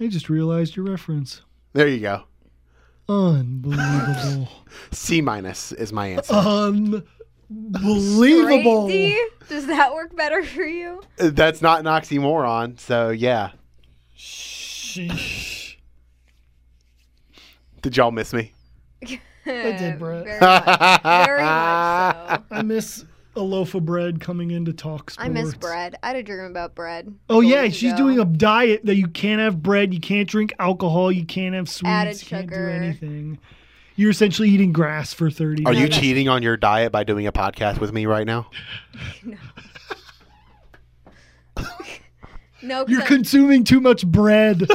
I just realized your reference. There you go. Unbelievable. C minus is my Uh, answer. Unbelievable. Straight D? Does that work better for you? That's not an oxymoron, so yeah. Sheesh. Did y'all miss me? did, Brett. Very much, very much so. I miss a loaf of bread coming into talk sports. I miss bread. I had a dream about bread. Oh yeah, years she's ago. doing a diet that you can't have bread, you can't drink alcohol, you can't have sweets, Added you can't do sugar. anything. You're essentially eating grass for 30 Are days. you that's- cheating on your diet by doing a podcast with me right now? No, 'cause You're I- consuming too much bread.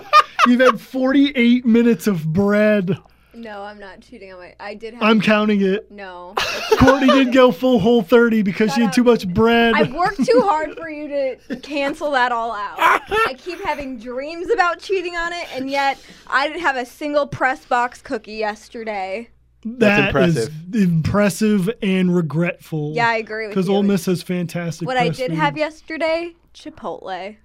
You've had 48 minutes of bread. no, I'm not cheating on my. I did have. I'm counting it. no, Courtney didn't go full whole 30 because she had too much bread. I worked too hard for you to cancel that all out. I keep having dreams about cheating on it, and yet I didn't have a single press box cookie yesterday. That That's is impressive and regretful. Yeah, I agree with you. Because Ole Miss has fantastic. what I press did food. have yesterday, Chipotle.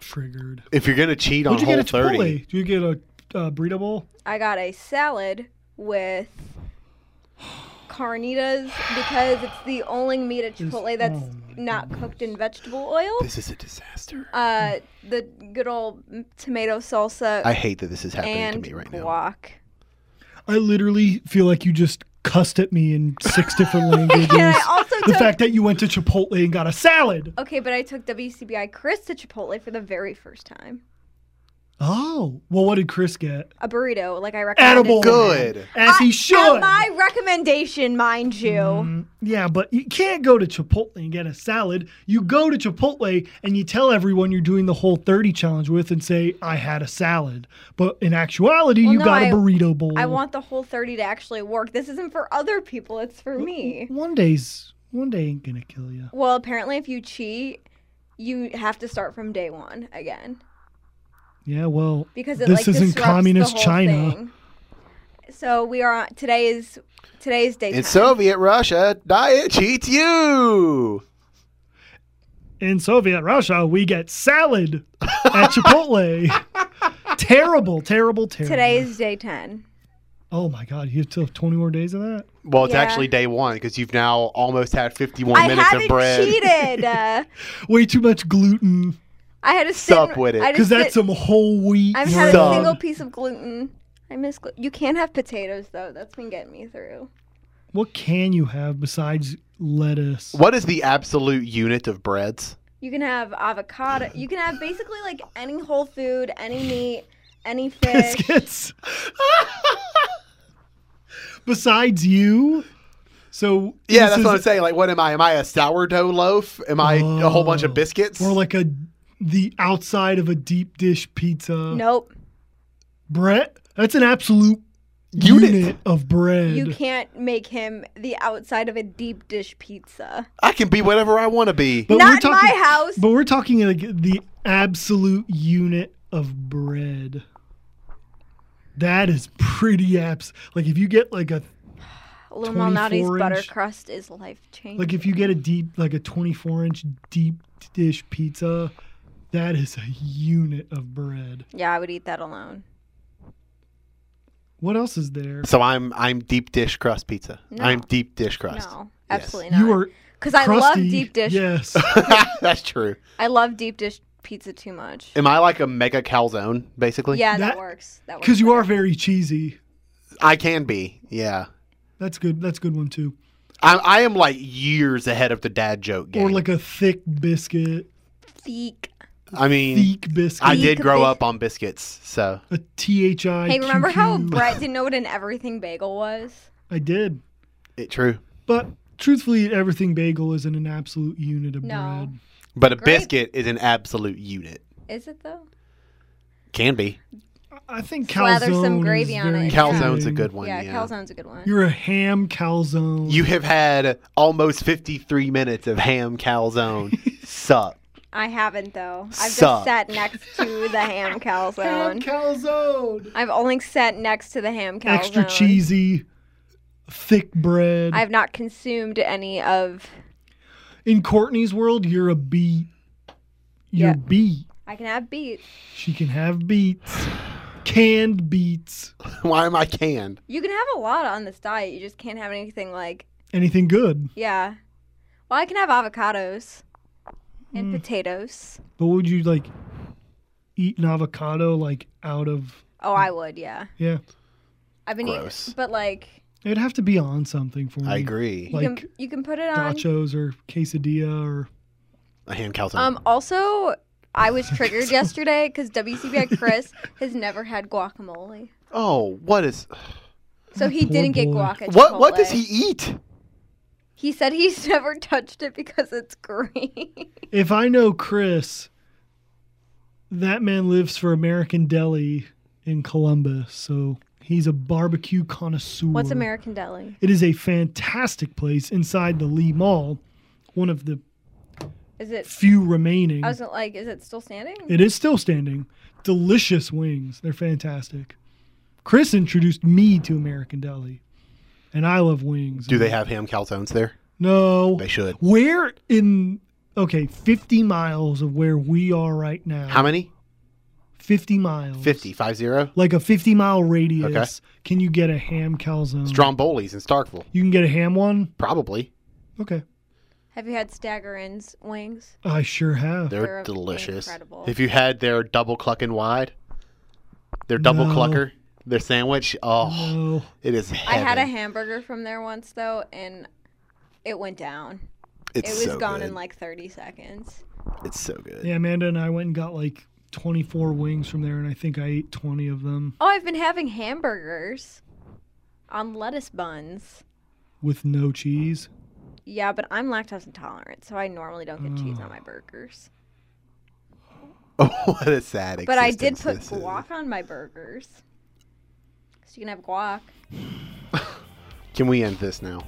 triggered. If you're gonna cheat on What'd you whole get at Chipotle? thirty, Did you get a uh, burrito bowl? I got a salad with carnitas because it's the only meat at Chipotle that's oh my not cooked in vegetable oil. this is a disaster. Uh, the good old tomato salsa I hate that this is happening and to me right now. guac. I literally feel like you just cussed at me in six different languages. And I also the took fact that you went to Chipotle and got a salad. okay, but I took WCBI Chris to Chipotle for the very first time. Oh, well, what did Chris get? A burrito, like I recommended. Edible. Good. As I- he should. At my recommendation, mind you. Mm, yeah, but you can't go to Chipotle and get a salad. You go to Chipotle and you tell everyone you're doing the whole 30 challenge with and say, I had a salad. But in actuality, Well, you no, got a I- burrito bowl. I want the whole 30 to actually work. This isn't for other people, it's for me. One day's. One day ain't gonna kill you. Well, apparently, if you cheat, you have to start from day one again Yeah, well, because it This like isn't disrupts communist the whole China. Thing. So we are on, today is today's day. In Soviet Russia, diet cheats you. in Soviet Russia, we get salad at Chipotle. terrible, terrible, terrible. Today is day 10. Oh my God, you have still have 20 more days of that? Well, it's Yeah. actually day one because you've now almost had 51 I minutes haven't of bread. cheated. Uh, Way too much gluten. I had to Sup sit- with it. I Because just that's sit- some whole wheat. I've had bread. a Sup. single piece of gluten. I miss glu- you can't have potatoes though. That's been getting me through. What can you have besides lettuce? What is the absolute unit of breads? You can have avocado. You can have basically like any whole food, any meat, any fish. biscuits. Besides you, so Yeah, this that's is- what I'm saying. Like, what am I? Am I a sourdough loaf? Am I a whole bunch Oh. of biscuits? Or like a the outside of a deep dish pizza. Nope. Brett, that's an absolute Unit. of bread. You can't make him the outside of a deep dish pizza. I can be whatever I want to be. But Not in my house. But we're talking like the absolute unit of bread. That is pretty abs. Like if you get like a Lil Mal Naughty's 24 butter inch. crust is life changing. like if you get a deep like a 24 inch deep dish pizza, that is a unit of bread. yeah, I would eat that alone. What else is there? so I'm I'm deep dish crust pizza. No. I'm deep dish crust. No, Yes. absolutely You not. are Because I love crusty. deep dish. Yes. that's true. I love deep dish pizza too much. Am I like a mega calzone? Basically, Yeah, that, That- works. That works. Cuz you better. are very cheesy. I can be. Yeah, That's good. That's a good one too. I, I am like years ahead of the dad joke game. Or like a thick biscuit. thick. I mean, Thick biscuit. Mm. I did Thick grow bi- up on biscuits, so A T-H-I. Hey, remember how Brett didn't know what an everything bagel was? I did. it true. But truthfully, everything bagel isn't an absolute unit of No. bread. But a Great. biscuit is an absolute unit. Is it though? Can be. I think Slather calzone some gravy is on very it. Calzone's a fitting. good one. yeah, Yeah. calzone's a good one. You're a ham calzone. You have had almost 53 minutes of ham calzone. Sup. I haven't though. I've just Suck. sat next to the ham ham calzone. calzone. I've only sat next to the ham calzone. Extra cheesy, thick bread. I've not consumed any of. In Courtney's world, you're a beet. You're Yeah. beet. I can have beets. She can have beets, canned beets, Why am I canned? You can have a lot on this diet. You just can't have anything like anything good. yeah. Well, I can have avocados and Mm. potatoes. But would you like eat an avocado like out of? Oh, I would. Yeah. Yeah, I've been Gross. eating, but like it'd have to be on something for me. I agree. you Like can you can put it on. nachos or quesadilla or A ham calzone. Um. Also, I was triggered yesterday because WCBI Chris has never had guacamole, oh, what is so he Poor didn't get boy. guac. At what? What Chipotle. does he eat? He said he's never touched it because it's green. if I know Chris, that man lives for American Deli in Columbus, so he's a barbecue connoisseur. What's American Deli? It is a fantastic place inside the Lee Mall, one of the Is it? few remaining. I was like, is it still standing? It is still standing. Delicious wings. They're fantastic. Chris introduced me to American Deli, and I love wings. Do they have ham calzones there? No. They should. Where in, okay, 50 miles of where we are right now. How many? 50 miles. 50, 5 0. Like a 50 mile radius. Can you get a ham calzone? Stromboli's in Starkville. You can get a ham one? Probably. Okay. Have you had Staggerins wings? I sure have. They're, They're delicious. incredible. If you had their double cluck and wide, their double No. clucker, their sandwich, oh, No. it is heaven. I had a hamburger from there once though, and it went down. It's it was so gone good. in like 30 seconds. It's so good. Yeah, Amanda and I went and got like 24 wings from there, and I think I ate 20 of them Oh, I've been having hamburgers on lettuce buns. with no cheese. Yeah, but I'm lactose intolerant, so I normally don't get cheese on my Mm. burgers. what a sad But I did put existence this is. guac on my burgers. So you can have guac. Can we end this now?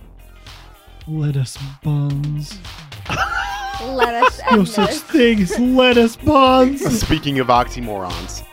Lettuce buns. Lettuce No and such this. thing as lettuce buns. Speaking of oxymorons.